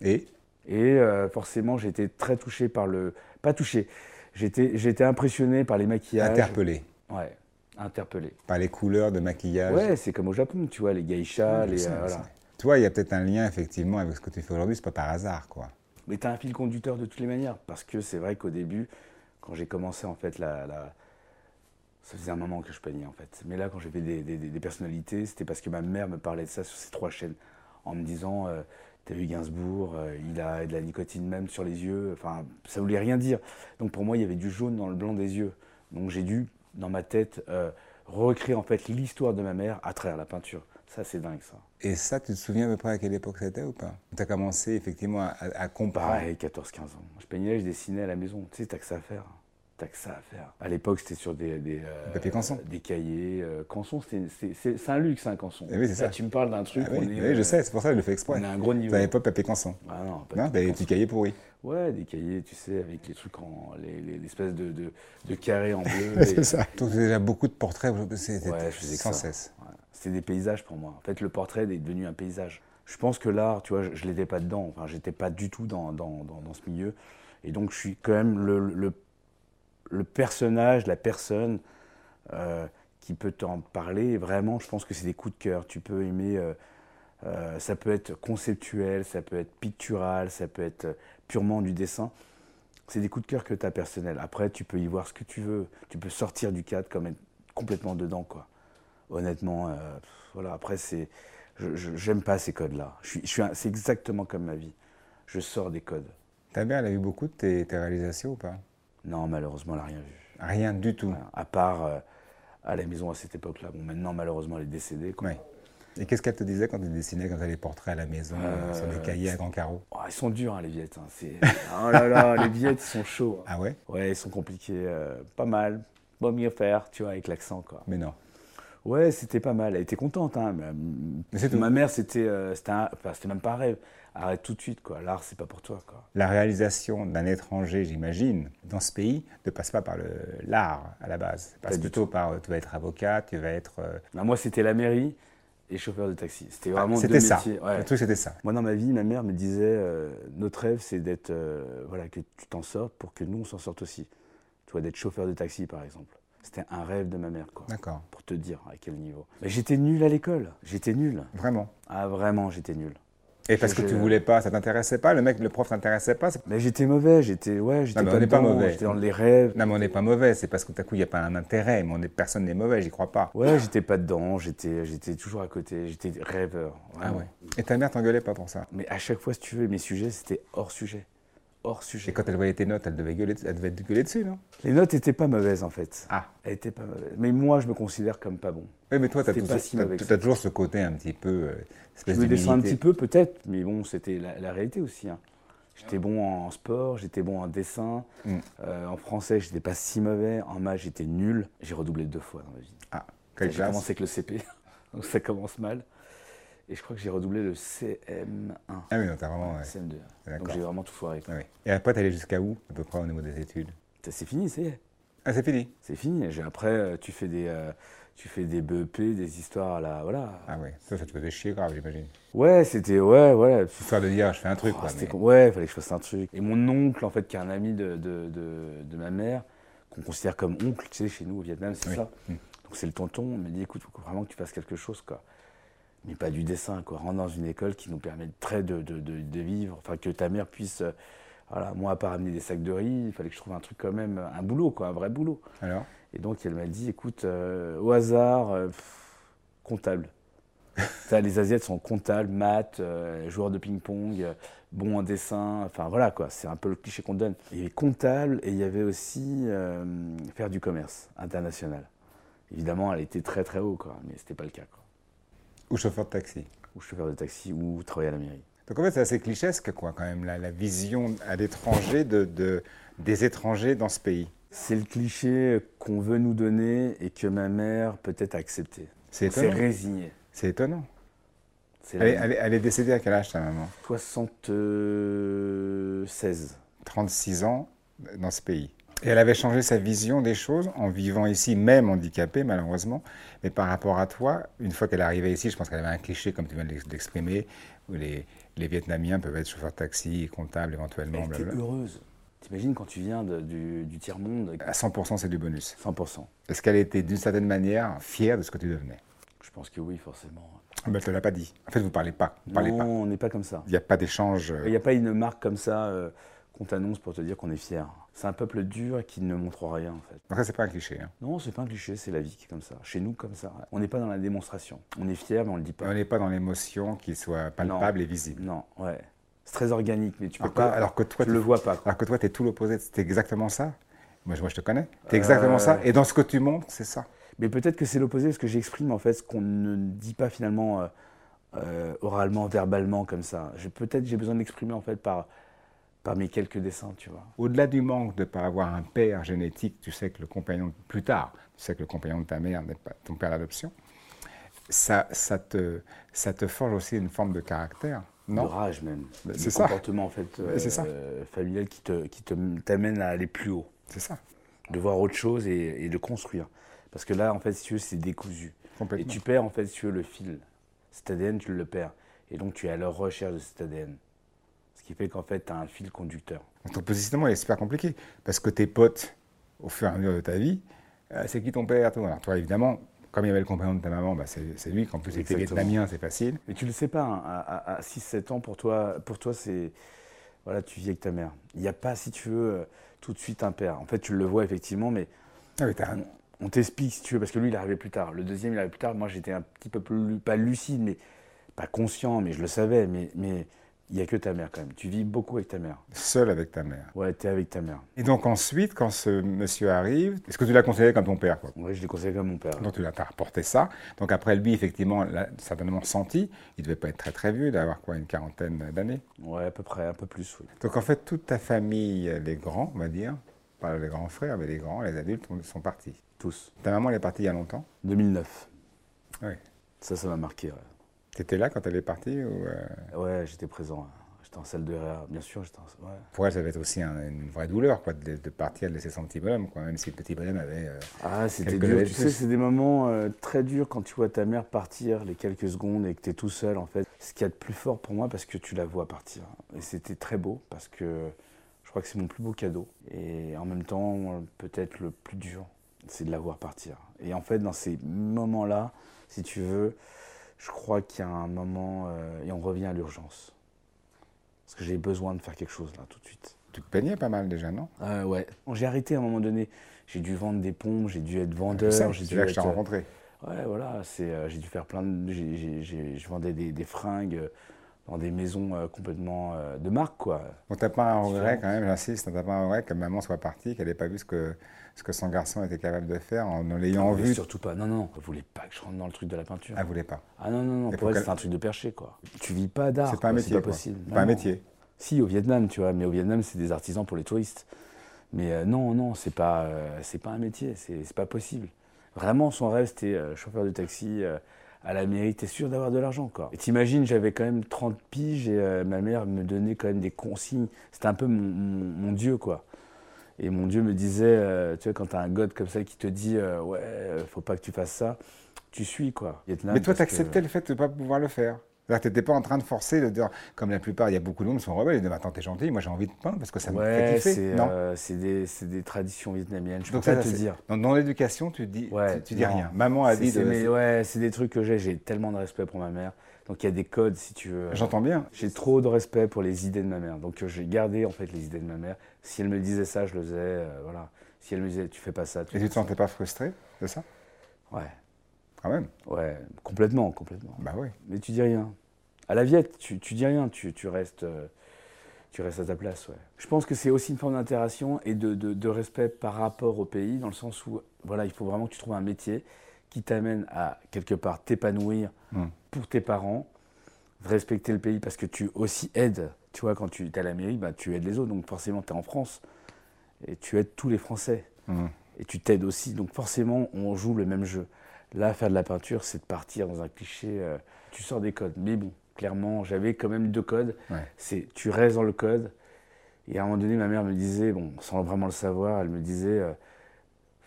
Speaker 2: Et
Speaker 1: Et euh, forcément, j'étais très touché par le... Pas touché, j'étais j'étais impressionné par les maquillages.
Speaker 2: interpellé
Speaker 1: Ouais, interpellé.
Speaker 2: par les couleurs de maquillage.
Speaker 1: Ouais, c'est comme au Japon, tu vois, les geishas,
Speaker 2: Ah, Je
Speaker 1: les...
Speaker 2: sais,
Speaker 1: euh,
Speaker 2: je
Speaker 1: voilà.
Speaker 2: sais. Toi, il y a peut-être un lien, effectivement, avec ce que tu fais aujourd'hui, c'est pas par hasard, quoi.
Speaker 1: Mais t'as un fil conducteur de toutes les manières, parce que c'est vrai qu'au début, quand j'ai commencé en fait la, la- Ça faisait un moment que je peignais en fait. Mais là, quand j'ai fait des, des- des- des personnalités, c'était parce que ma mère me parlait de ça sur ces trois chaînes, en me disant, euh, t'as vu Gainsbourg, euh, il a de la nicotine même sur les yeux, enfin, ça voulait rien dire. Donc pour moi, il y avait du jaune dans le blanc des yeux. Donc j'ai dû, dans ma tête, euh, recréer en fait l'histoire de ma mère à travers la peinture. Ça, c'est dingue ça.
Speaker 2: Et ça, tu te souviens à peu près à quelle époque c'était ou pas Tu as commencé, effectivement, à, à
Speaker 1: Pareil,
Speaker 2: comparer.
Speaker 1: 14-15 ans. Je peignais, je dessinais à la maison. Tu sais, t'as que ça à faire. T'as que ça à faire. À l'époque, c'était sur des. Des, euh,
Speaker 2: Papier canson.
Speaker 1: des cahiers. euh, canson, c'était- c'est c'est- c'est un luxe, un canson.
Speaker 2: Eh oui, c'est
Speaker 1: Là,
Speaker 2: ça.
Speaker 1: tu me parles d'un truc.
Speaker 2: Ah oui,
Speaker 1: on est,
Speaker 2: oui, je
Speaker 1: euh,
Speaker 2: sais, c'est pour ça que je le fais exprès.
Speaker 1: On a un gros
Speaker 2: Tu
Speaker 1: niveau.
Speaker 2: n'avais pas papier canson.
Speaker 1: Ah non, pas
Speaker 2: Non,
Speaker 1: du
Speaker 2: t'avais des
Speaker 1: canson.
Speaker 2: petits cahiers pourris.
Speaker 1: Ouais, des cahiers, tu sais, avec les trucs en. les- les- L'espèce de, de, de carré en bleu.
Speaker 2: C'est
Speaker 1: et-
Speaker 2: ça. Donc, t'as déjà beaucoup de portraits, c'était
Speaker 1: Ouais, je faisais que
Speaker 2: sans
Speaker 1: ça.
Speaker 2: cesse.
Speaker 1: Voilà. C'était des paysages pour moi. En fait, le portrait est devenu un paysage. Je pense que l'art, tu vois, je, je l'étais pas dedans. Enfin, j'étais pas du tout dans, dans, dans, dans ce milieu. Et donc, je suis quand même le, le, le personnage, la personne euh, qui peut t'en parler. Et vraiment, je pense que c'est des coups de cœur. Tu peux aimer. euh, euh, ça peut être conceptuel, ça peut être pictural, ça peut être euh, purement du dessin. C'est des coups de cœur que tu as personnels. Après, tu peux y voir ce que tu veux. Tu peux sortir du cadre comme être complètement dedans, quoi honnêtement, euh, pff, voilà, après, c'est, je- je- j'aime pas ces codes-là. Je suis, je suis un- c'est exactement comme ma vie. Je sors des codes.
Speaker 2: Ta mère, elle a eu beaucoup de tes, tes réalisations ou pas
Speaker 1: Non, malheureusement, elle n'a rien vu.
Speaker 2: Rien du tout.
Speaker 1: Voilà. À part euh, à la maison à cette époque-là. Bon, maintenant, malheureusement, elle est décédée. quoi.
Speaker 2: Ouais. Et qu'est-ce qu'elle te disait quand tu dessinais, quand tu les portraits à la maison, euh, sur les
Speaker 1: Euh,
Speaker 2: cahiers à grands carreaux
Speaker 1: Oh, ils sont durs, hein, les viettes. hein. C'est... Oh là là, les viettes, ils sont chauds. hein.
Speaker 2: Ah ouais
Speaker 1: Ouais, ils sont compliqués. euh, pas mal. Bon, mieux faire, tu vois, avec l'accent, quoi.
Speaker 2: Mais non.
Speaker 1: Ouais, c'était pas mal. Elle était contente. Hein. Ma,
Speaker 2: Mais c'est tout.
Speaker 1: ma mère, c'était, euh, c'était, un- enfin, c'était même pas un rêve. Arrête tout de suite, quoi. L'art, c'est pas pour toi, quoi.
Speaker 2: La réalisation d'un étranger, j'imagine, dans ce pays, ne passe pas par le- l'art à la base. Ça
Speaker 1: Pas
Speaker 2: Passe
Speaker 1: du
Speaker 2: plutôt par euh, tu vas être avocat, tu vas être. euh,
Speaker 1: Non, moi, c'était la mairie et chauffeur de taxi. C'était
Speaker 2: ah,
Speaker 1: vraiment
Speaker 2: c'était
Speaker 1: deux
Speaker 2: ça.
Speaker 1: métiers. ouais.
Speaker 2: Le truc, c'était ça.
Speaker 1: Moi, dans ma vie, ma mère me disait euh, notre rêve, c'est d'être. euh, voilà, que tu t'en sortes pour que nous, on s'en sorte aussi. Tu vois, d'être chauffeur de taxi, par exemple. C'était un rêve de ma mère, quoi.
Speaker 2: D'accord.
Speaker 1: Pour te dire à quel niveau. Mais j'étais nul à l'école. J'étais nul.
Speaker 2: Vraiment.
Speaker 1: Ah, vraiment, j'étais nul.
Speaker 2: Et parce que
Speaker 1: Je-
Speaker 2: tu voulais pas, ça t'intéressait pas, le mec, le prof t'intéressait pas. c'est-
Speaker 1: Mais j'étais mauvais. J'étais. Ouais, j'étais
Speaker 2: mais Ah, bah, on
Speaker 1: pas,
Speaker 2: n'est pas
Speaker 1: dedans,
Speaker 2: mauvais.
Speaker 1: J'étais dans les rêves.
Speaker 2: Non, mais on n'est pas mauvais, c'est parce que tout à coup, il n'y a pas un intérêt, mais on est, personne n'est mauvais, j'y crois pas.
Speaker 1: Ouais, j'étais pas dedans. J'étais, j'étais toujours à côté. J'étais rêveur.
Speaker 2: Ah
Speaker 1: vraiment.
Speaker 2: ouais. Et ta mère t'engueulait pas pour ça.
Speaker 1: Mais à chaque fois, si tu veux, mes sujets, c'était hors sujet. Hors sujet.
Speaker 2: Et quand elle voyait tes notes, elle devait, gueuler, elle devait te gueuler dessus, non
Speaker 1: Les notes étaient pas mauvaises en fait.
Speaker 2: Ah,
Speaker 1: Elles étaient pas mauvaises. Mais moi, je me considère comme pas bon.
Speaker 2: oui, mais toi, tu as,
Speaker 1: C'était pas si mauvais que ça.
Speaker 2: toujours ce côté un petit peu. euh,
Speaker 1: Je
Speaker 2: espèce
Speaker 1: me descends un
Speaker 2: d'humilité.
Speaker 1: petit peu peut-être, mais bon, c'était la, la réalité aussi. hein. J'étais bon en sport, j'étais bon en dessin,
Speaker 2: Mm.
Speaker 1: euh, en français, j'étais pas si mauvais, en maths, j'étais nul. J'ai redoublé deux fois dans ma vie.
Speaker 2: Ah, quelle
Speaker 1: J'ai
Speaker 2: classe.
Speaker 1: commencé avec le CP, donc ça commence mal. Et je crois que j'ai redoublé le CM1,
Speaker 2: Ah oui, non, t'as vraiment. ouais.
Speaker 1: CM2.
Speaker 2: D'accord.
Speaker 1: Donc j'ai vraiment tout foiré. quoi.
Speaker 2: Ah oui. Et après, t'es allé jusqu'à où, à peu près, au niveau des études
Speaker 1: Ça, C'est fini, ça y est.
Speaker 2: Ah, c'est fini.
Speaker 1: C'est fini. J'ai- Après, euh, tu fais des, euh, tu fais des BEP, des histoires à la, voilà.
Speaker 2: Ah ouais, ça, ça te faisait chier grave, j'imagine.
Speaker 1: Ouais, c'était, ouais, voilà.
Speaker 2: Histoire de dire, je fais un truc,
Speaker 1: Oh,
Speaker 2: quoi.
Speaker 1: c'était
Speaker 2: Mais...
Speaker 1: con- Ouais, fallait que je fasse un truc. Et mon oncle, en fait, qui est un ami de, de, de, de ma mère, qu'on considère comme oncle, tu sais, chez nous au Vietnam, c'est
Speaker 2: Oui.
Speaker 1: ça.
Speaker 2: Mm.
Speaker 1: Donc c'est le tonton, il m'a dit, écoute, faut vraiment que tu fasses quelque chose, quoi. Mais pas du dessin, quoi. Rentre dans une école qui nous permet très de, de, de, de vivre, enfin, que ta mère puisse... euh, voilà, moi, à part amener des sacs de riz, il fallait que je trouve un truc quand même, un boulot, quoi, un vrai boulot.
Speaker 2: Alors
Speaker 1: Et donc, elle m'a dit, écoute, euh, au hasard, euh, pff, comptable. Ça, les Asiates sont comptables, maths, euh, joueurs de ping-pong, euh, bons en dessin, enfin voilà quoi, c'est un peu le cliché qu'on te donne. Il y avait comptable et il y avait aussi euh, faire du commerce international. Évidemment, elle était très très haut quoi, mais c'était pas le cas quoi.
Speaker 2: Ou chauffeur de taxi.
Speaker 1: Ou chauffeur de taxi ou travailler à la mairie.
Speaker 2: Donc en fait, c'est assez clichésque, quoi, quand même, la, la vision à l'étranger de, de- des étrangers dans ce pays.
Speaker 1: C'est le cliché qu'on veut nous donner et que ma mère peut-être a accepté.
Speaker 2: C'est
Speaker 1: C'est
Speaker 2: étonnant.
Speaker 1: résigné.
Speaker 2: C'est étonnant.
Speaker 1: C'est
Speaker 2: Elle, est- elle est- elle est décédée à quel âge, ta maman
Speaker 1: 76.
Speaker 2: 36 ans dans ce pays. Et elle avait changé sa vision des choses en vivant ici, même handicapée malheureusement. Mais par rapport à toi, une fois qu'elle est arrivée ici, je pense qu'elle avait un cliché, comme tu viens de l'ex- d'exprimer, où les, les Vietnamiens peuvent être chauffeurs de taxi, comptables éventuellement.
Speaker 1: Elle était
Speaker 2: blablabla.
Speaker 1: heureuse. T'imagines quand tu viens de- du, du tiers-monde,
Speaker 2: À 100%, c'est du bonus.
Speaker 1: 100%.
Speaker 2: Est-ce qu'elle était d'une certaine manière fière de ce que tu devenais
Speaker 1: Je pense que oui, forcément.
Speaker 2: Mais Elle ne te l'a pas dit. En fait, vous ne parlez pas. Vous parlez
Speaker 1: non,
Speaker 2: pas.
Speaker 1: on n'est pas comme ça.
Speaker 2: Il n'y a pas d'échange. euh,
Speaker 1: Il n'y a pas une marque comme ça euh, qu'on t'annonce pour te dire qu'on est fier. C'est un peuple dur qui ne montre rien, en fait.
Speaker 2: Donc ça, c'est pas un cliché. hein.
Speaker 1: Non, c'est pas un cliché, c'est la vie qui est comme ça. Chez nous, comme ça. On n'est pas dans la démonstration. On est fier, mais on le dit
Speaker 2: On
Speaker 1: pas.
Speaker 2: n'est pas dans l'émotion qui soit palpable et visible.
Speaker 1: Non, ouais. C'est très organique, mais tu peux
Speaker 2: Alors que,
Speaker 1: pas.
Speaker 2: alors que toi,
Speaker 1: tu
Speaker 2: tu-
Speaker 1: le vois pas. quoi.
Speaker 2: Alors que toi, t'es tout l'opposé. C'était exactement ça. Moi, je, moi, je te connais. T'es exactement
Speaker 1: Euh.
Speaker 2: ça. Et dans ce que tu montres, c'est ça.
Speaker 1: Mais peut-être que c'est l'opposé, parce que j'exprime en fait ce qu'on ne dit pas finalement euh, euh, oralement, verbalement, comme ça. Je- Peut-être j'ai besoin d'exprimer en fait par, par mes quelques dessins, tu vois.
Speaker 2: Au-delà du manque de ne pas avoir un père génétique, tu sais que le compagnon, plus tard, tu sais que le compagnon de ta mère n'est pas ton père d'adoption, ça, ça, te, ça te forge aussi une forme de caractère,
Speaker 1: De
Speaker 2: non
Speaker 1: rage même.
Speaker 2: Ben,
Speaker 1: Le
Speaker 2: c'est ça.
Speaker 1: comportement en fait
Speaker 2: Ben, c'est ça.
Speaker 1: euh, familial qui te qui te- t'amène à aller plus haut,
Speaker 2: C'est ça,
Speaker 1: de voir autre chose et, et de construire. Parce que là, en fait, si tu veux, c'est décousu. Et
Speaker 2: complètement.
Speaker 1: tu perds en fait, si tu veux, le fil. Cet ADN, tu le perds. Et donc, tu es à la recherche de cet ADN. Ce qui fait qu'en fait, tu as un fil conducteur.
Speaker 2: Donc, Ton positionnement il est super compliqué parce que tes potes, au fur et à mesure de ta vie, euh, c'est qui ton père toi Alors toi, évidemment, comme il y avait le compagnon de ta maman, bah, c'est c'est lui. Qu'en plus, il était
Speaker 1: Exactement.
Speaker 2: vietnamien, c'est facile.
Speaker 1: Mais tu le sais pas, hein, à, 6-7 ans, pour toi, pour toi c'est. Voilà, tu vis avec ta mère. Il n'y a pas, si tu veux, euh, tout de suite un père. En fait, tu le vois effectivement, mais
Speaker 2: Ah oui, t'as un-
Speaker 1: on, on t'explique, si tu veux, parce que lui, il arrivait plus tard. Le deuxième, il arrivait plus tard. Moi, j'étais un petit peu plus. lu- pas lucide, mais. pas conscient, mais je le savais. Mais mais il n'y a que ta mère quand même. Tu vis beaucoup avec ta mère.
Speaker 2: seul avec ta mère.
Speaker 1: Ouais, t'es avec ta mère.
Speaker 2: Et donc ensuite, quand ce monsieur arrive, est-ce que tu l'as considéré comme ton père quoi
Speaker 1: Ouais, je l'ai conseillé comme mon père.
Speaker 2: Donc tu l'as t'as rapporté ça. Donc après, lui, effectivement, l'a certainement senti. Il devait pas être très très vieux, d'avoir quoi, une quarantaine d'années.
Speaker 1: Ouais, à peu près, un peu plus, oui.
Speaker 2: Donc en fait, toute ta famille, les grands, on va dire, pas les grands frères, mais les grands, les adultes, on- sont partis.
Speaker 1: Tous.
Speaker 2: Ta maman, elle est partie il y a longtemps.
Speaker 1: 2009.
Speaker 2: Oui.
Speaker 1: Ça, ça m'a marqué. Ouais,
Speaker 2: Tu étais là quand elle est partie ou, euh,
Speaker 1: Ouais, j'étais présent. hein. J'étais en salle de réa. Bien sûr, j'étais en. Ouais.
Speaker 2: Pour elle, ça devait être aussi un- une vraie douleur quoi, de, de partir, de laisser son petit bonhomme, quoi, même si le petit bonhomme avait... euh,
Speaker 1: Ah, c'était
Speaker 2: Quelques
Speaker 1: dur. Tu
Speaker 2: habitudes.
Speaker 1: sais, c'est des moments euh, très durs quand tu vois ta mère partir les quelques secondes et que tu es tout seul, en fait. Ce qu'il y a de plus fort pour moi, parce que tu la vois partir. Et c'était très beau, parce que je crois que c'est mon plus beau cadeau. Et en même temps, euh, peut-être le plus dur, c'est de la voir partir. Et en fait, dans ces moments-là, si tu veux, je crois qu'il y a un moment, euh, et on revient à l'urgence. Parce que j'ai besoin de faire quelque chose, là, tout de suite.
Speaker 2: Tu te plaignais pas mal déjà, non
Speaker 1: Euh, ouais. J'ai arrêté à un moment donné. J'ai dû vendre des pompes, j'ai dû être vendeur,
Speaker 2: Ah, Ça,
Speaker 1: j'ai
Speaker 2: C'est
Speaker 1: dû
Speaker 2: là que je t'ai
Speaker 1: être.
Speaker 2: rencontré.
Speaker 1: Ouais, voilà. C'est, euh, j'ai dû faire plein de. j'ai- j'ai- j'ai- je vendais des, des fringues euh, dans des maisons euh, complètement euh, de marque, quoi.
Speaker 2: On t'a pas un regret
Speaker 1: Différent.
Speaker 2: quand même, j'insiste, on t'a pas un regret que maman soit partie, qu'elle n'ait pas vu ce que, ce que son garçon était capable de faire en, en l'ayant
Speaker 1: Mais
Speaker 2: vu.
Speaker 1: surtout pas. Non, non. Elle voulait pas que je rentre dans le truc de la peinture.
Speaker 2: Elle voulait pas.
Speaker 1: Ah non, non, non.
Speaker 2: Et
Speaker 1: Pour elle,
Speaker 2: pourquoi-
Speaker 1: c'est un truc de perché, quoi. Tu vis pas d'art.
Speaker 2: C'est pas un
Speaker 1: quoi,
Speaker 2: métier.
Speaker 1: C'est pas
Speaker 2: quoi.
Speaker 1: possible.
Speaker 2: C'est pas un
Speaker 1: Non.
Speaker 2: métier.
Speaker 1: Si, au Vietnam, tu vois. Mais au Vietnam, c'est des artisans pour les touristes. Mais euh, non, non, c'est pas, euh, c'est pas un métier, c'est c'est pas possible. Vraiment, son rêve, c'était euh, chauffeur de taxi euh, à la mairie. T'es sûr d'avoir de l'argent, quoi. Et t'imagines, j'avais quand même 30 piges et euh, ma mère me donnait quand même des consignes. C'était un peu mon, mon- mon dieu, quoi. Et mon Dieu me disait, euh, tu vois, quand t'as un God comme ça qui te dit, euh, ouais, euh, faut pas que tu fasses ça, tu suis, quoi. Vietnam,
Speaker 2: Mais toi,
Speaker 1: parce que-
Speaker 2: t'acceptais le fait de ne pas pouvoir le faire. C'est-à-dire que t'étais pas en train de forcer, de dire, comme la plupart, il y a beaucoup d'hommes qui sont rebelles, ils disent, Bah, attends, t'es gentil, moi j'ai envie de peindre parce que ça me fait
Speaker 1: Ouais,
Speaker 2: kiffer.
Speaker 1: c'est
Speaker 2: Non.
Speaker 1: euh, c'est des, c'est des traditions vietnamiennes, je
Speaker 2: Donc
Speaker 1: peux
Speaker 2: ça,
Speaker 1: pas te
Speaker 2: c'est-
Speaker 1: dire.
Speaker 2: Dans, dans l'éducation, tu dis,
Speaker 1: Ouais,
Speaker 2: tu, tu dis
Speaker 1: non.
Speaker 2: rien. Maman a
Speaker 1: C'est-
Speaker 2: dit,
Speaker 1: c'est-
Speaker 2: de-
Speaker 1: mais ouais, c'est des trucs que j'ai, j'ai tellement de respect pour ma mère. Donc il y a des codes, si tu veux.
Speaker 2: j'entends bien.
Speaker 1: J'ai trop de respect pour les idées de ma mère. Donc euh, j'ai gardé en fait les idées de ma mère. Si elle me disait ça, je le faisais. euh, voilà. Si elle me disait tu fais pas ça, tu
Speaker 2: Et tu
Speaker 1: fais
Speaker 2: te
Speaker 1: ça.
Speaker 2: sentais pas frustré de ça
Speaker 1: Ouais,
Speaker 2: Quand même.
Speaker 1: ouais, complètement, complètement.
Speaker 2: Bah oui.
Speaker 1: Mais tu dis rien. À la Viette, tu, tu dis rien, tu, tu restes, euh, tu restes à ta place. ouais. Je pense que c'est aussi une forme d'intégration et de, de- de respect par rapport au pays, dans le sens où voilà, il faut vraiment que tu trouves un métier qui t'amène à quelque part t'épanouir
Speaker 2: Mm.
Speaker 1: pour tes parents, respecter le pays parce que tu aussi aides. Tu vois, quand tu es à la mairie, bah, tu aides les autres, donc forcément tu es en France et tu aides tous les Français
Speaker 2: Mhm.
Speaker 1: et tu t'aides aussi. Donc forcément, on joue le même jeu. Là, faire de la peinture, c'est de partir dans un cliché. euh, tu sors des codes. Mais bon, clairement, j'avais quand même deux codes.
Speaker 2: Ouais.
Speaker 1: C'est tu restes dans le code. Et à un moment donné, ma mère me disait, bon, sans vraiment le savoir, elle me disait, euh,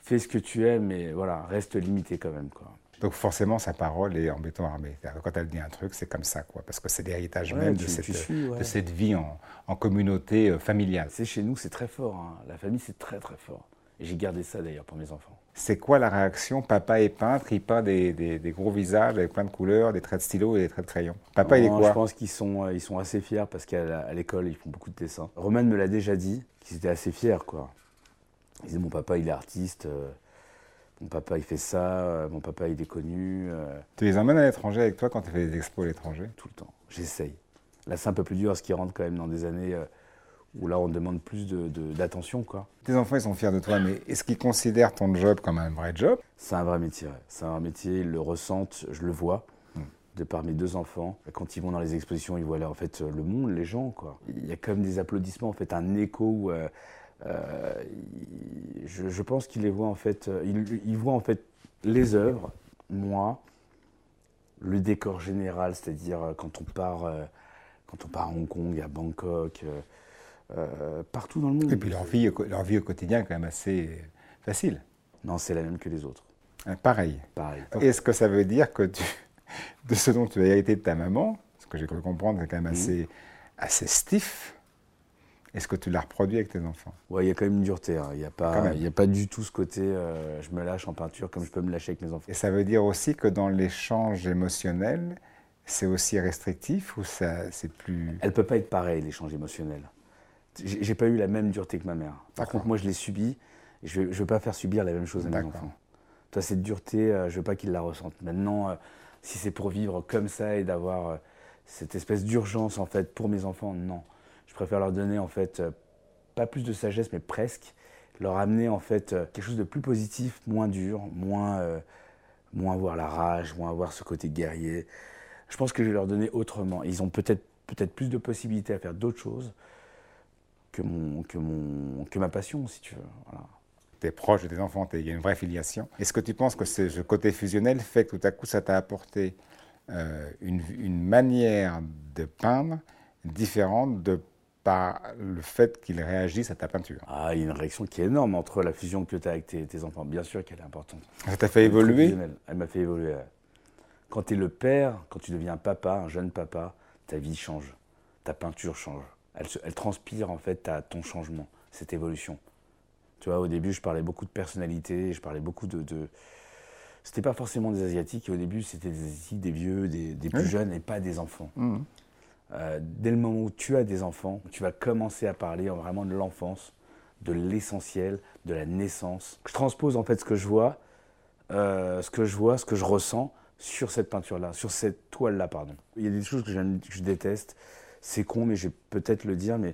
Speaker 1: fais ce que tu aimes, mais voilà, reste limité quand même. Quoi.
Speaker 2: Donc forcément, sa parole est en béton armé. C'est-à-dire que Quand elle dit un truc, c'est comme ça, quoi. Parce que c'est l'héritage
Speaker 1: Ouais,
Speaker 2: même
Speaker 1: tu-
Speaker 2: de cette,
Speaker 1: tu suis, ouais.
Speaker 2: de cette vie en, en communauté euh, familiale.
Speaker 1: C'est chez nous, c'est très fort. hein. La famille, c'est très très fort. Et j'ai gardé ça d'ailleurs pour mes enfants.
Speaker 2: C'est quoi la réaction Papa est peintre, il peint des, des- des gros visages avec plein de couleurs, des traits de stylo et des traits de crayon. Papa, il est
Speaker 1: Non,
Speaker 2: quoi
Speaker 1: Je pense qu'ils sont, euh, ils sont assez fiers parce qu'à la- à l'école, ils font beaucoup de dessins. Roman me l'a déjà dit, qu'ils étaient assez fiers, quoi. Ils disaient, mon papa, il est artiste, euh, mon papa, il fait ça, euh, mon papa, il est connu, euh,
Speaker 2: Tu les emmènes à l'étranger avec toi quand tu fais des expos à l'étranger
Speaker 1: tout le temps. J'essaye. Là, c'est un peu plus dur parce qu'ils rentrent quand même dans des années euh, où là, on demande plus de- de- d'attention, quoi.
Speaker 2: Tes enfants, ils sont fiers de toi, mais est-ce qu'ils considèrent ton job comme un vrai job
Speaker 1: C'est un vrai métier, ouais. c'est un métier, ils le ressentent, je le vois,
Speaker 2: Hmm.
Speaker 1: de par mes deux enfants. Quand ils vont dans les expositions, ils voient là, en fait euh, le monde, les gens, quoi. Il y a comme des applaudissements, en fait, un écho. où, euh, euh, ils- je, je pense qu'ils les voient en fait, euh, ils, ils voient en fait les œuvres, moi, le décor général, c'est-à-dire euh, quand on part, euh, quand on part à Hong Kong, à Bangkok, euh, euh, partout dans le monde.
Speaker 2: Et puis leur vie, au co- leur vie au quotidien est quand même assez facile.
Speaker 1: Non, c'est la même que les autres,
Speaker 2: Hein, Pareil.
Speaker 1: pareil.
Speaker 2: Est-ce que ça veut dire que tu, de ce dont tu as hérité de ta maman, ce que j'ai cru comprendre, c'est quand
Speaker 1: Mm.
Speaker 2: même assez, assez stiff, est-ce que tu l'as reproduit avec tes enfants
Speaker 1: Ouais, il y a quand même une dureté. hein. Il n'y a,
Speaker 2: Quand
Speaker 1: pas-
Speaker 2: même.
Speaker 1: il y a pas du tout ce côté euh, je me lâche en peinture comme je peux me lâcher avec mes enfants.
Speaker 2: Et ça veut dire aussi que dans l'échange émotionnel, c'est aussi restrictif ou ça, c'est plus.
Speaker 1: Elle peut pas être pareille, l'échange émotionnel. J'ai j'ai pas eu la même dureté que ma mère. Par
Speaker 2: D'accord.
Speaker 1: contre, moi, je l'ai subi. et Je ne veux pas faire subir la même chose à mes
Speaker 2: D'accord.
Speaker 1: enfants. Toi, cette dureté, euh, je veux pas qu'ils la ressentent. Maintenant, euh, si c'est pour vivre comme ça et d'avoir euh, cette espèce d'urgence, en fait, pour mes enfants, non. Je préfère leur donner, en fait, euh, pas plus de sagesse, mais presque. Leur amener, en fait, euh, quelque chose de plus positif, moins dur, moins, euh, moins avoir la rage, moins avoir ce côté guerrier. Je pense que je vais leur donner autrement. Ils ont peut-être peut plus de possibilités à faire d'autres choses que, mon, que, mon, que ma passion, si tu veux. Voilà.
Speaker 2: Tu es proche de tes enfants, t'es- il y a une vraie filiation. Est-ce que tu penses que ce ce côté fusionnel fait que tout à coup, ça t'a apporté euh, une, une manière de peindre différente de par le fait qu'ils réagissent à ta peinture
Speaker 1: Ah, il y a une réaction qui est énorme entre la fusion que tu as avec tes, tes enfants. Bien sûr qu'elle est importante.
Speaker 2: Ça t'a fait évoluer
Speaker 1: Fusionnelle. Elle m'a fait évoluer. ouais. Quand tu es le père, quand tu deviens papa, un jeune papa, ta vie change. Ta peinture change. Elle, se- elle transpire en fait à ton changement, cette évolution. Tu vois, au début, je parlais beaucoup de personnalité, je parlais beaucoup de. de... C'était pas forcément des Asiatiques, et au début, c'était des Asiatiques, des vieux, des, des plus
Speaker 2: Oui.
Speaker 1: jeunes et pas des enfants.
Speaker 2: Mhm.
Speaker 1: Euh, dès le moment où tu as des enfants, tu vas commencer à parler euh, vraiment de l'enfance, de l'essentiel, de la naissance. Je transpose en fait ce que je vois, euh, ce que je vois, ce que je ressens sur cette peinture-là, sur cette toile-là, pardon. Il y a des choses que, j'aime- que je déteste. C'est con, mais je vais peut-être le dire, mais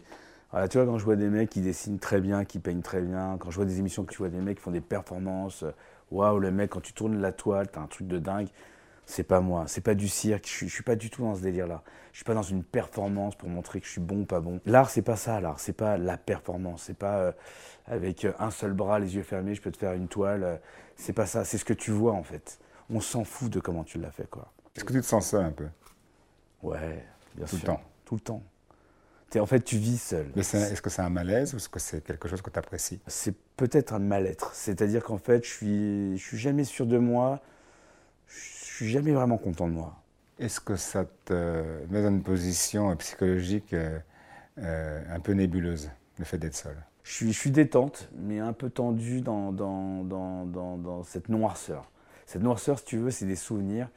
Speaker 1: voilà, tu vois, quand je vois des mecs qui dessinent très bien, qui peignent très bien, quand je vois des émissions que tu vois des mecs qui font des performances, euh, waouh, le mec, quand tu tournes la toile, t'as un truc de dingue. C'est pas moi, c'est pas du cirque, je suis, je suis pas du tout dans ce délire-là. Je suis pas dans une performance pour montrer que je suis bon ou pas bon. L'art, c'est pas ça, l'art, c'est pas la performance, c'est pas euh, avec euh, un seul bras, les yeux fermés, je peux te faire une toile. euh, c'est pas ça, c'est ce que tu vois en fait. On s'en fout de comment tu l'as fait, quoi.
Speaker 2: Est-ce que tu te sens seul un peu
Speaker 1: Ouais, bien
Speaker 2: Tout le
Speaker 1: sûr.
Speaker 2: temps.
Speaker 1: Tout le temps. T'es- en fait, tu vis seul.
Speaker 2: Mais c'est- est-ce que c'est un malaise ou est-ce que c'est quelque chose que tu apprécies
Speaker 1: C'est peut-être un mal-être. C'est-à-dire qu'en fait, je suis, je suis jamais sûr de moi. Je suis jamais vraiment content de moi.
Speaker 2: Est-ce que ça te met dans une position euh, psychologique euh, euh, un peu nébuleuse, le fait d'être seul
Speaker 1: Je suis, je suis détente, mais un peu tendue dans, dans, dans, dans, dans cette noirceur. Cette noirceur, si tu veux, c'est des souvenirs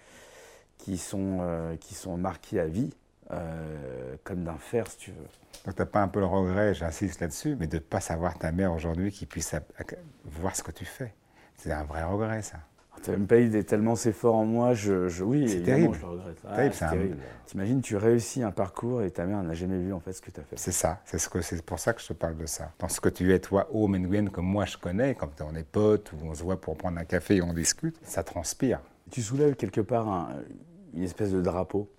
Speaker 1: qui sont, euh, qui sont marqués à vie, euh, comme d'un fer, si tu veux.
Speaker 2: Donc t'as pas un peu le regret, j'insiste là-dessus, mais de ne pas savoir ta mère aujourd'hui qui puisse a- a- voir ce que tu fais. C'est un vrai regret, ça.
Speaker 1: T'as même pas idée, tellement c'est fort en moi, je, je- oui,
Speaker 2: C'est
Speaker 1: évidemment,
Speaker 2: terrible.
Speaker 1: je le regrette. Ah,
Speaker 2: Terrible, c'est un-
Speaker 1: T'imagines, tu réussis un parcours et ta mère n'a jamais vu en fait ce que t'as fait.
Speaker 2: C'est ça, c'est ce que- c'est pour ça que je te parle de ça. Dans ce que tu es, toi, homme and Gwen, que moi je connais, quand on est potes ou on se voit pour prendre un café et on discute, ça transpire.
Speaker 1: Tu soulèves quelque part un- une espèce de drapeau,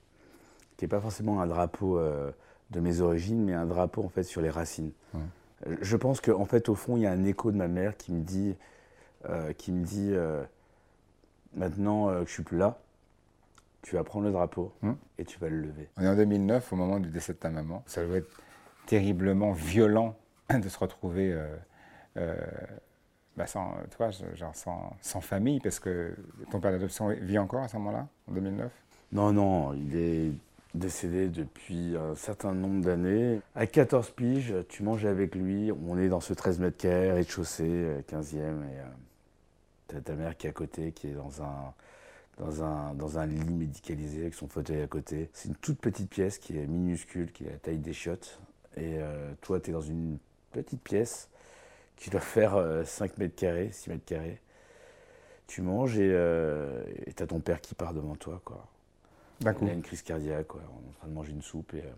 Speaker 1: qui n'est pas forcément un drapeau euh, de mes origines, mais un drapeau en fait sur les racines.
Speaker 2: Ouais.
Speaker 1: Euh, Je pense qu'en en fait, au fond, il y a un écho de ma mère qui me dit, euh, qui me dit euh, maintenant euh, que je suis plus là, tu vas prendre le drapeau
Speaker 2: Hum.
Speaker 1: et tu vas le lever.
Speaker 2: On est en 2009, au moment du décès de ta maman. Ça doit être terriblement violent de se retrouver euh, euh, bah, sans, tu vois, je- genre sans, sans famille, parce que ton père d'adoption vit encore à ce moment-là, en 2009
Speaker 1: Non, non, il est décédé depuis un certain nombre d'années. À 14 piges, tu manges avec lui. On est dans ce 13 mètres carrés, rez-de-chaussée, euh, 15e. Et euh, t'as ta mère qui est à côté, qui est dans un, dans, un, dans un lit médicalisé avec son fauteuil à côté. C'est une toute petite pièce qui est minuscule, qui est à taille des chiottes. Et euh, toi, t'es dans une petite pièce qui doit faire euh, 5 mètres carrés, 6 mètres carrés. Tu manges et euh, et t'as ton père qui part devant toi, quoi.
Speaker 2: D'un
Speaker 1: Il
Speaker 2: coup.
Speaker 1: a une crise cardiaque, quoi. on est en train de manger une soupe et euh,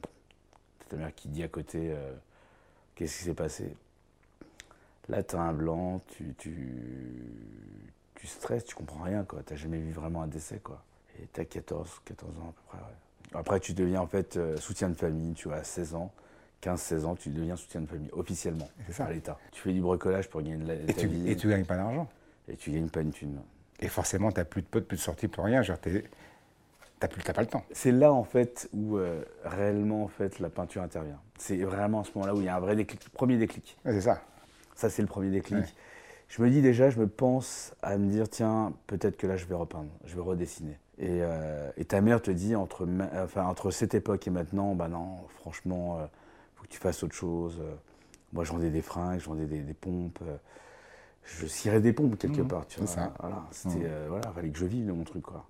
Speaker 1: t'as ta mère qui dit à côté euh, qu'est-ce qui s'est passé. Là, t'as un blanc, tu, tu, tu stresses, tu comprends rien, quoi. T'as jamais vu vraiment un décès, quoi. Et t'as 14, 14 ans à peu près, ouais. Après, tu deviens en fait euh, soutien de famille, tu vois, à 16 ans, 15, 16 ans, tu deviens soutien de famille, officiellement,
Speaker 2: C'est ça.
Speaker 1: par l'État. Tu fais du bricolage pour gagner de la,
Speaker 2: Et
Speaker 1: ta
Speaker 2: tu,
Speaker 1: vie
Speaker 2: et tu gagnes pas d'argent.
Speaker 1: et tu gagnes pas une thune.
Speaker 2: Et forcément, tu n'as plus de potes, plus de sorties, plus rien. Genre, t'es- t'as plus- t'as pas le temps.
Speaker 1: C'est là en fait où euh, réellement en fait la peinture intervient. C'est vraiment à ce moment-là où il y a un vrai déclic, premier déclic.
Speaker 2: Ouais, C'est ça.
Speaker 1: Ça c'est le premier déclic.
Speaker 2: Ouais.
Speaker 1: Je me dis déjà, je me pense à me dire tiens peut-être que là je vais repeindre, je vais redessiner. Et, euh, et ta mère te dit entre ma- enfin entre cette époque et maintenant bah non franchement euh, faut que tu fasses autre chose. Euh, Moi je vendais des fringues, je vendais des, des pompes. euh, je cirais des pompes quelque
Speaker 2: Mhm,
Speaker 1: part, tu
Speaker 2: c'est
Speaker 1: vois.
Speaker 2: ça.
Speaker 1: Voilà, c'était,
Speaker 2: Mhm.
Speaker 1: euh, voilà, fallait que je vive de mon truc, quoi.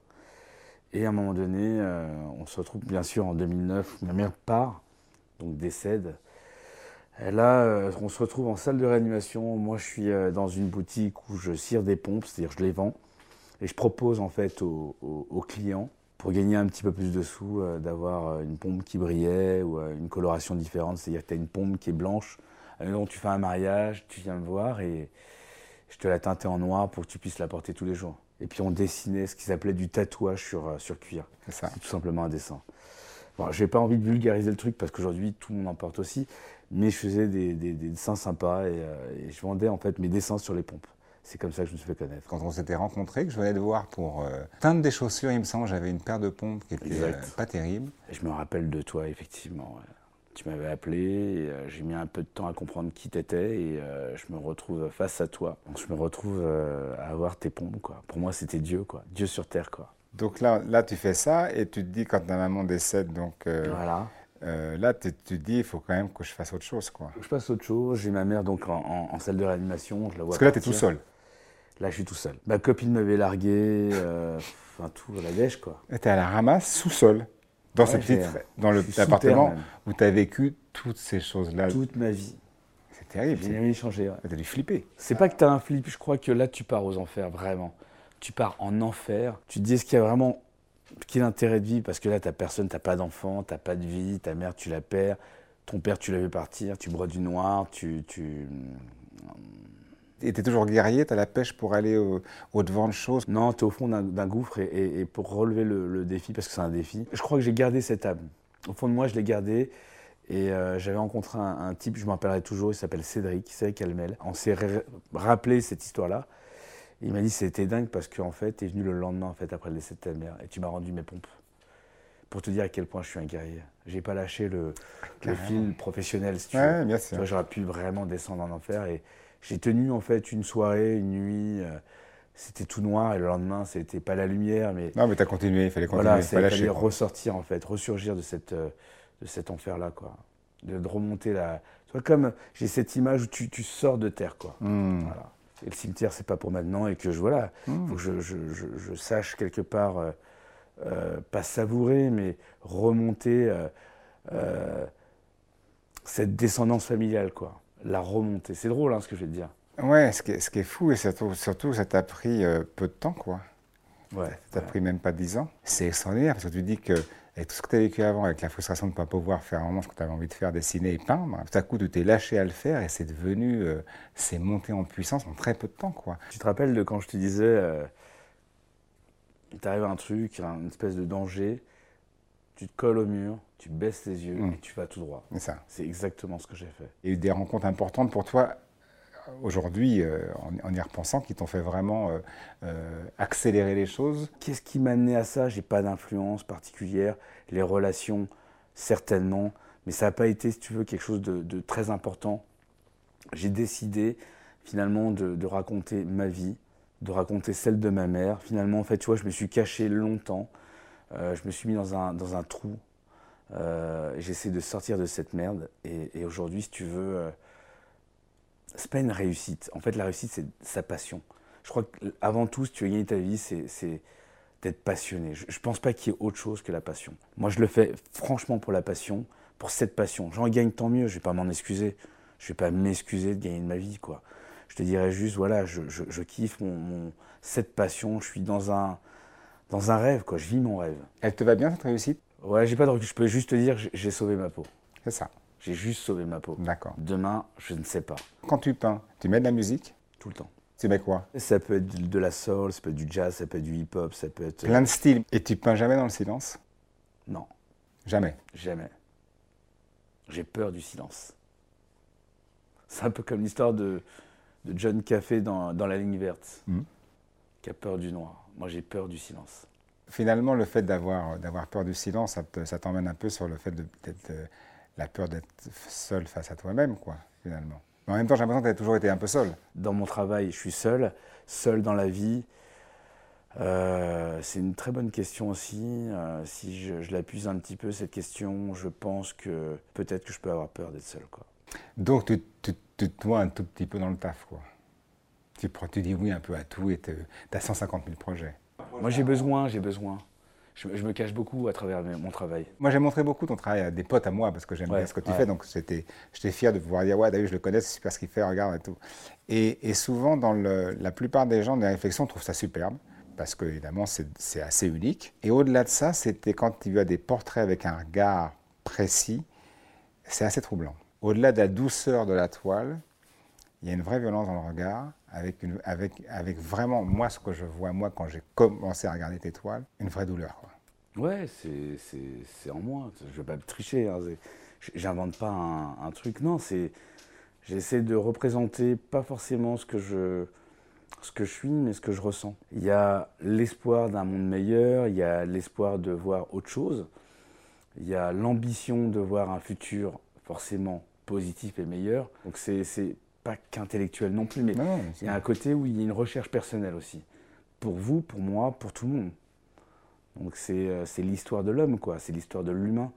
Speaker 1: Et à un moment donné, euh, on se retrouve bien sûr en 2009, ma mère part, donc décède. Et là, euh, on se retrouve en salle de réanimation. Moi, je suis euh, dans une boutique où je cire des pompes, c'est-à-dire je les vends. Et je propose en fait aux, aux- aux clients, pour gagner un petit peu plus de sous, euh, d'avoir euh, une pompe qui brillait ou euh, une coloration différente. C'est-à-dire que tu as une pompe qui est blanche, euh, dont tu fais un mariage, tu viens me voir et je te la teintais en noir pour que tu puisses la porter tous les jours. Et puis on dessinait ce qu'ils appelaient du tatouage sur, euh, sur cuir.
Speaker 2: C'est ça.
Speaker 1: C'est tout simplement un dessin. Bon, j'ai pas envie de vulgariser le truc parce qu'aujourd'hui tout le monde en porte aussi, mais je faisais des, des- des dessins sympas et, euh, et je vendais en fait mes dessins sur les pompes. C'est comme ça que je me suis fait connaître.
Speaker 2: Quand on s'était rencontrés, que je venais de voir pour euh, teindre des chaussures, il me semble, j'avais une paire de pompes qui était
Speaker 1: Exact.
Speaker 2: euh, pas terrible.
Speaker 1: Et je me rappelle de toi effectivement. ouais. Tu m'avais appelé, et, euh, j'ai mis un peu de temps à comprendre qui t'étais et euh, je me retrouve face à toi. Donc, je me retrouve euh, à avoir tes pompes quoi. Pour moi c'était Dieu quoi, Dieu sur terre quoi.
Speaker 2: Donc là, là, tu fais ça et tu te dis, quand ta maman décède, donc euh,
Speaker 1: Voilà.
Speaker 2: euh, là, tu, tu te dis, il faut quand même que je fasse autre chose. quoi.
Speaker 1: Je passe à autre chose, j'ai ma mère donc en, en- en salle de réanimation, je la vois.
Speaker 2: Parce que là, tu es
Speaker 1: partir.
Speaker 2: tout seul.
Speaker 1: Là, je suis tout seul. Ma copine m'avait largué, euh, enfin tout, à la dèche quoi.
Speaker 2: Tu es à la ramasse sous-sol, dans,
Speaker 1: Ouais,
Speaker 2: cette petite-
Speaker 1: j'ai-
Speaker 2: dans le
Speaker 1: je suis
Speaker 2: petit
Speaker 1: sous
Speaker 2: appartement
Speaker 1: terre, même.
Speaker 2: où tu as vécu toutes ces choses-là.
Speaker 1: Toute ma vie.
Speaker 2: C'est terrible.
Speaker 1: J'ai jamais changé. ouais.
Speaker 2: Tu as dû flipper.
Speaker 1: C'est pas que t'as un flip, je crois que là tu pars aux enfers, vraiment. Tu pars en enfer, tu te dis ce qu'il y a vraiment, quel intérêt de vivre, parce que là t'as personne, t'as pas d'enfant, t'as pas de vie, ta mère tu la perds, ton père tu l'as vu partir, tu broies du noir, tu. tu...
Speaker 2: Et tu es toujours guerrier, tu as la pêche pour aller au- au-devant de choses.
Speaker 1: Non, t'es au fond d'un- d'un gouffre et, et- et pour relever le, le défi, parce que c'est un défi, je crois que j'ai gardé cette âme. Au fond de moi, je l'ai gardée. Et euh, j'avais rencontré un, un type, je m'en rappellerai toujours, il s'appelle Cédric, Cédric Almel. On s'est ra- rappelé cette histoire-là. Il m'a dit c'était dingue parce qu'en fait, t'es venu le lendemain en fait, après le décès de ta mère et tu m'as rendu mes pompes. pour te dire à quel point je suis un guerrier. J'ai pas lâché le, le fil professionnel, si tu veux.
Speaker 2: Ouais, bien
Speaker 1: Tu
Speaker 2: sûr.
Speaker 1: vois, J'aurais pu vraiment descendre en enfer. Et j'ai tenu en fait une soirée, une nuit. euh, c'était tout noir et le lendemain, c'était pas la lumière, mais
Speaker 2: Non, mais t'as continué, il fallait continuer,
Speaker 1: voilà,
Speaker 2: pas
Speaker 1: c'est
Speaker 2: lâcher,
Speaker 1: fallait
Speaker 2: quoi.
Speaker 1: ressortir en fait, ressurgir de, cette, euh, de cet enfer-là, quoi. De, de remonter la. Tu vois, comme j'ai cette image où tu, tu sors de terre, quoi.
Speaker 2: Hmm.
Speaker 1: Voilà. Et le cimetière, c'est pas pour maintenant et que je, voilà, faut que je, je- je- je sache quelque part, euh, euh, pas savourer, mais remonter euh, euh, cette descendance familiale, quoi. La remonter. C'est drôle, hein, ce que je vais te dire.
Speaker 2: Ouais, ce qui, est, ce qui est fou, et surtout, surtout ça t'a pris euh, peu de temps, quoi.
Speaker 1: Ouais.
Speaker 2: Ça t'a pris même pas 10 ans. C'est extraordinaire, parce que tu dis que, avec tout ce que t'as vécu avant, avec la frustration de ne pas pouvoir faire vraiment ce que t'avais envie de faire, dessiner et peindre, tout à coup, tu t'es lâché à le faire, et c'est devenu, euh, c'est monté en puissance en très peu de temps, quoi.
Speaker 1: Tu te rappelles de quand je te disais, euh, il t'arrive un truc, un- une espèce de danger, tu te colles au mur, tu baisses les yeux
Speaker 2: Mm.
Speaker 1: et tu vas tout droit.
Speaker 2: C'est ça.
Speaker 1: C'est exactement ce que j'ai fait.
Speaker 2: Il y a eu des rencontres importantes pour toi euh, aujourd'hui, euh, en, en y repensant, qui t'ont fait vraiment euh, euh, accélérer les choses.
Speaker 1: Qu'est-ce qui m'a amené à ça J'ai pas d'influence particulière. Les relations, certainement. Mais ça n'a pas été, si tu veux, quelque chose de, de très important. J'ai décidé, finalement, de, de raconter ma vie, de raconter celle de ma mère. Finalement, en fait, tu vois, je me suis caché longtemps. Euh, je me suis mis dans un, dans un trou. Euh, J'essaie de sortir de cette merde. Et, et aujourd'hui, si tu veux, euh, c'est pas une réussite. En fait, la réussite, c'est sa passion. Je crois qu'avant tout, si tu veux gagner ta vie, c'est- c'est d'être passionné. Je, je pense pas qu'il y ait autre chose que la passion. Moi, je le fais franchement pour la passion, pour cette passion. J'en gagne tant mieux, je vais pas m'en excuser. Je vais pas m'excuser de gagner de ma vie, quoi. Je te dirais juste, voilà, je, je- je kiffe mon, mon- cette passion, je suis dans un, dans un rêve, quoi. Je vis mon rêve.
Speaker 2: Elle te va bien, cette réussite
Speaker 1: Ouais, j'ai pas de recul. Je peux juste te dire, j'ai- j'ai sauvé ma peau.
Speaker 2: C'est ça.
Speaker 1: J'ai juste sauvé ma peau.
Speaker 2: D'accord.
Speaker 1: Demain, je ne sais pas.
Speaker 2: Quand tu peins, tu mets de la musique,
Speaker 1: Tout le temps.
Speaker 2: tu mets quoi
Speaker 1: Ça peut être de de la soul, ça peut être du jazz, ça peut être du hip-hop, ça peut être...
Speaker 2: Plein de styles. Et tu peins jamais dans le silence
Speaker 1: Non,
Speaker 2: Jamais.
Speaker 1: jamais. J'ai peur du silence. C'est un peu comme l'histoire de, de John Café dans, dans La ligne verte,
Speaker 2: Mhm.
Speaker 1: qui a peur du noir. Moi, j'ai peur du silence.
Speaker 2: Finalement, le fait d'avoir euh, d'avoir peur du silence, ça te- ça t'emmène un peu sur le fait de, d'être, euh, la peur d'être seul face à toi-même, quoi, finalement. Mais en même temps, j'ai l'impression que tu as toujours été un peu seul.
Speaker 1: Dans mon travail, je suis seul, seul dans la vie. Euh, c'est une très bonne question aussi. Euh, si je, je l'appuse un petit peu, cette question, je pense que peut-être que je peux avoir peur d'être seul. Quoi.
Speaker 2: Donc, tu, tu, tu te noies un tout petit peu dans le taf, quoi. Tu, prends- tu dis oui un peu à tout et tu as 150 000 projets.
Speaker 1: Moi, j'ai besoin, j'ai besoin. Je, je me cache beaucoup à travers mes- mon travail.
Speaker 2: Moi, j'ai montré beaucoup ton travail à des potes à moi parce que j'aime
Speaker 1: Ouais,
Speaker 2: bien ce que tu
Speaker 1: ouais.
Speaker 2: fais. Donc, j'étais j'étais fier de pouvoir dire Ouais, David, je le connais, c'est super ce qu'il fait, regarde et tout. Et, et souvent, dans le- la plupart des gens, des réflexions trouvent ça superbe parce que, évidemment, c'est c'est assez unique. Et au-delà de ça, c'était quand il y a des portraits avec un regard précis, c'est assez troublant. Au-delà de la douceur de la toile, il y a une vraie violence dans le regard, avec, une- avec, avec vraiment, moi, ce que je vois, moi, quand j'ai commencé à regarder tes toiles, une vraie douleur. Quoi.
Speaker 1: Ouais, c'est- c'est c'est en moi. Je vais pas me tricher. hein. C'est- J'invente pas un, un truc. Non, c'est. J'essaie de représenter pas forcément ce que je ce que je suis, mais ce que je ressens. Il y a l'espoir d'un monde meilleur. Il y a l'espoir de voir autre chose. Il y a l'ambition de voir un futur forcément positif et meilleur. Donc c'est c'est pas qu'intellectuel non plus, mais
Speaker 2: Non, non, c'est-
Speaker 1: il y a un côté où il y a une recherche personnelle aussi. Pour vous, pour moi, pour tout le monde. Donc c'est euh, c'est l'histoire de l'homme, quoi. C'est l'histoire de l'humain.